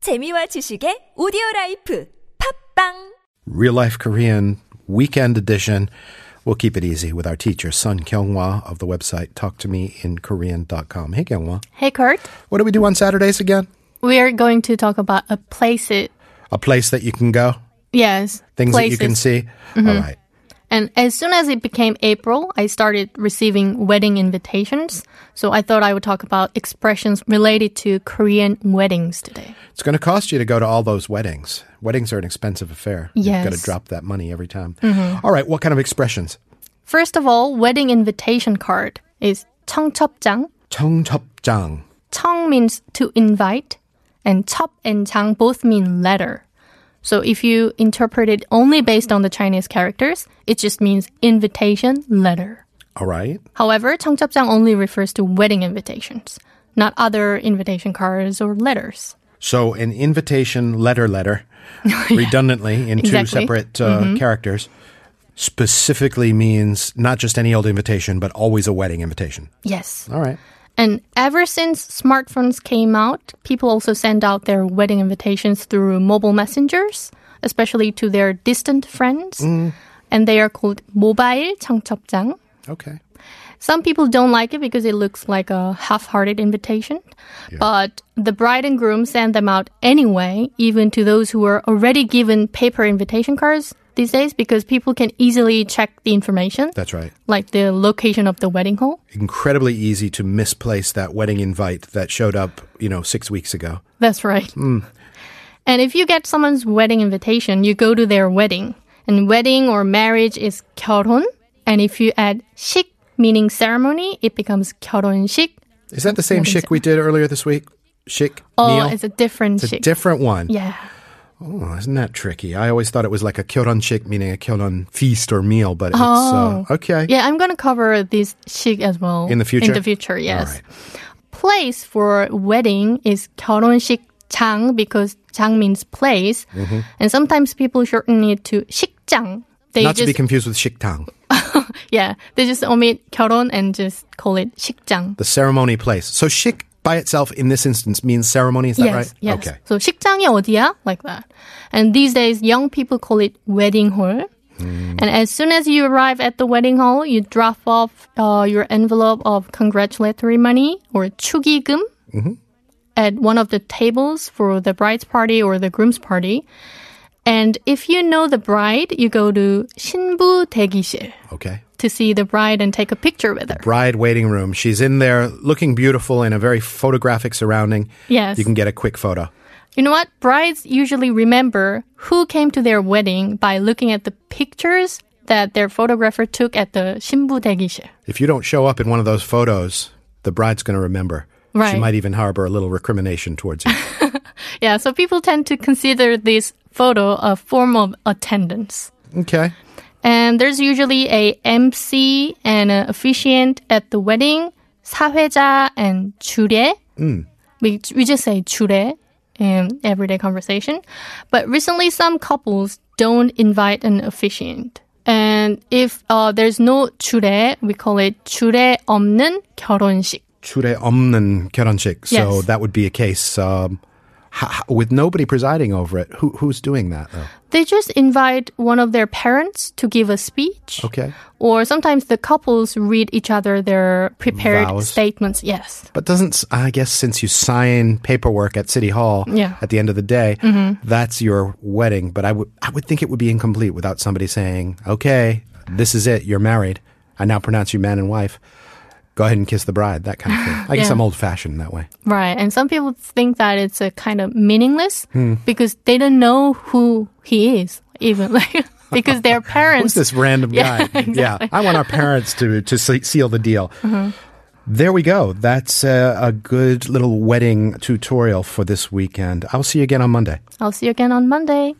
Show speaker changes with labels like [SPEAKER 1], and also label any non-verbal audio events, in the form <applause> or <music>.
[SPEAKER 1] 재미와 지식의 오디오 라이프 팝빵
[SPEAKER 2] Real Life Korean Weekend Edition. We'll keep it easy with our teacher, Sun Kyunghwa of the website talktomeinkorean.com. Hey, Kyunghwa.
[SPEAKER 3] Hey, Kurt.
[SPEAKER 2] What do we do on Saturdays again?
[SPEAKER 3] We are going to talk about a place. It
[SPEAKER 2] A place that you can go,
[SPEAKER 3] yes,
[SPEAKER 2] things that you
[SPEAKER 3] places. Mm-hmm.
[SPEAKER 2] can see. All right.
[SPEAKER 3] And as soon as it became April, I started receiving wedding invitations. So I thought I would talk about expressions related to Korean weddings today.
[SPEAKER 2] It's going to cost you to go to all those weddings. Weddings are an expensive affair. You've got to
[SPEAKER 3] Yes. Mm-hmm.
[SPEAKER 2] drop that money every time. All right. What kind of expressions?
[SPEAKER 3] First of all, wedding invitation card is 청첩장.
[SPEAKER 2] 청첩장.
[SPEAKER 3] 청 means to invite, and 첩 and 장 both mean letter. So if you interpret it only based on the Chinese characters, it just means invitation letter.
[SPEAKER 2] All right.
[SPEAKER 3] However, 청첩장 only refers to wedding invitations, not other invitation cards or letters.
[SPEAKER 2] So an invitation letter
[SPEAKER 3] <laughs>
[SPEAKER 2] letter, redundantly in two
[SPEAKER 3] Oh, Exactly. Mm-hmm.
[SPEAKER 2] separate uh, characters, specifically means not just any old invitation, but always a wedding invitation.
[SPEAKER 3] Yes.
[SPEAKER 2] All right.
[SPEAKER 3] And ever since smartphones came out, people also send out their wedding invitations through mobile messengers, especially to their distant friends. And they are called mobile 청첩장.
[SPEAKER 2] Okay.
[SPEAKER 3] Some people don't like it because it looks like a half-hearted invitation, but the bride and groom send them out anyway, even to those who are already given paper invitation cards these days because people can easily check the information,
[SPEAKER 2] That's right.
[SPEAKER 3] like the location of the wedding hall. <laughs>
[SPEAKER 2] Incredibly easy to misplace that wedding invite that showed up, you know, six weeks ago.
[SPEAKER 3] That's right.
[SPEAKER 2] Hmm.
[SPEAKER 3] And if you get someone's wedding invitation, you go to their wedding. And wedding or marriage is 결혼, and if you add 식 meaning ceremony, it becomes 결혼식.
[SPEAKER 2] Is that the same shik we did earlier this week? Shik?
[SPEAKER 3] Oh,
[SPEAKER 2] meal?
[SPEAKER 3] it's a different
[SPEAKER 2] It's a
[SPEAKER 3] 식.
[SPEAKER 2] different one.
[SPEAKER 3] yeah.
[SPEAKER 2] Oh, isn't that tricky? I always thought it was like a kyoron shik, meaning a kyoron feast or meal, but it's uh, okay.
[SPEAKER 3] Oh. Yeah, I'm gonna cover this chic as well
[SPEAKER 2] In the future?
[SPEAKER 3] In the future, yes.
[SPEAKER 2] right.
[SPEAKER 3] Place for wedding is 결혼식 장 because 장 means place,
[SPEAKER 2] Mm-hmm.
[SPEAKER 3] and sometimes people shorten it to 식장. They
[SPEAKER 2] Not to
[SPEAKER 3] just
[SPEAKER 2] be confused with shiktang,
[SPEAKER 3] yeah, they just omit 결혼 and just call it 식장.
[SPEAKER 2] the ceremony place. So shik by itself in this instance means ceremony, is that
[SPEAKER 3] yes,
[SPEAKER 2] right?
[SPEAKER 3] yes.
[SPEAKER 2] Okay.
[SPEAKER 3] So 식장이 어디야? Like that. And these days, young people call it wedding hall. And as soon as you arrive at the wedding hall, you drop off uh, your envelope of congratulatory money or 축의금
[SPEAKER 2] Mm-hmm.
[SPEAKER 3] at one of the tables for the bride's party or the groom's party. And if you know the bride, you go to 신부 대기실
[SPEAKER 2] Okay.
[SPEAKER 3] to see the bride and take a picture with her.
[SPEAKER 2] Bride waiting room. She's in there looking beautiful in a very photographic surrounding.
[SPEAKER 3] Yes.
[SPEAKER 2] You can get a quick photo.
[SPEAKER 3] You know what? Brides usually remember who came to their wedding by looking at the pictures that their photographer took at the 신부 대기실.
[SPEAKER 2] If you don't show up in one of those photos, the bride's going to remember. She
[SPEAKER 3] Right.
[SPEAKER 2] might even harbor a little recrimination towards you.
[SPEAKER 3] <laughs> Yeah, so people tend to consider this photo a form of attendance.
[SPEAKER 2] okay.
[SPEAKER 3] And there's usually a MC and an officiant at the wedding, 사회자 and 주례. We, we just say 주례 in everyday conversation. But recently, some couples don't invite an officiant. And if uh, there's no 주례, we call it 주례 없는 결혼식.
[SPEAKER 2] Chure omnen 결혼식. So
[SPEAKER 3] Yes.
[SPEAKER 2] that would be a case um, ha- ha- with nobody presiding over it. Who- who's doing that, though?
[SPEAKER 3] They just invite one of their parents to give a speech.
[SPEAKER 2] Okay.
[SPEAKER 3] Or sometimes the couples read each other their prepared
[SPEAKER 2] Vows.
[SPEAKER 3] statements. Yes.
[SPEAKER 2] But doesn't s- I guess since you sign paperwork at City Hall
[SPEAKER 3] Yeah. Mm-hmm.
[SPEAKER 2] at the end of the day, that's your wedding. But I would I would think it would be incomplete without somebody saying, "Okay, this is it. You're married. I now pronounce you man and wife. Go ahead and kiss the bride." That kind of
[SPEAKER 3] <laughs>
[SPEAKER 2] thing. I guess
[SPEAKER 3] Yeah.
[SPEAKER 2] I'm old fashioned that way.
[SPEAKER 3] Right. And some people think that it's a kind of meaningless
[SPEAKER 2] Hmm.
[SPEAKER 3] because they don't know who he is, even <laughs> like, because their parents.
[SPEAKER 2] Who's this random guy?
[SPEAKER 3] Yeah, <laughs> exactly. Mm-hmm.
[SPEAKER 2] I want our parents to to se- seal the deal. There we go. That's uh, a good little wedding tutorial for this weekend. I'll see you again on Monday.
[SPEAKER 3] I'll see you again on Monday.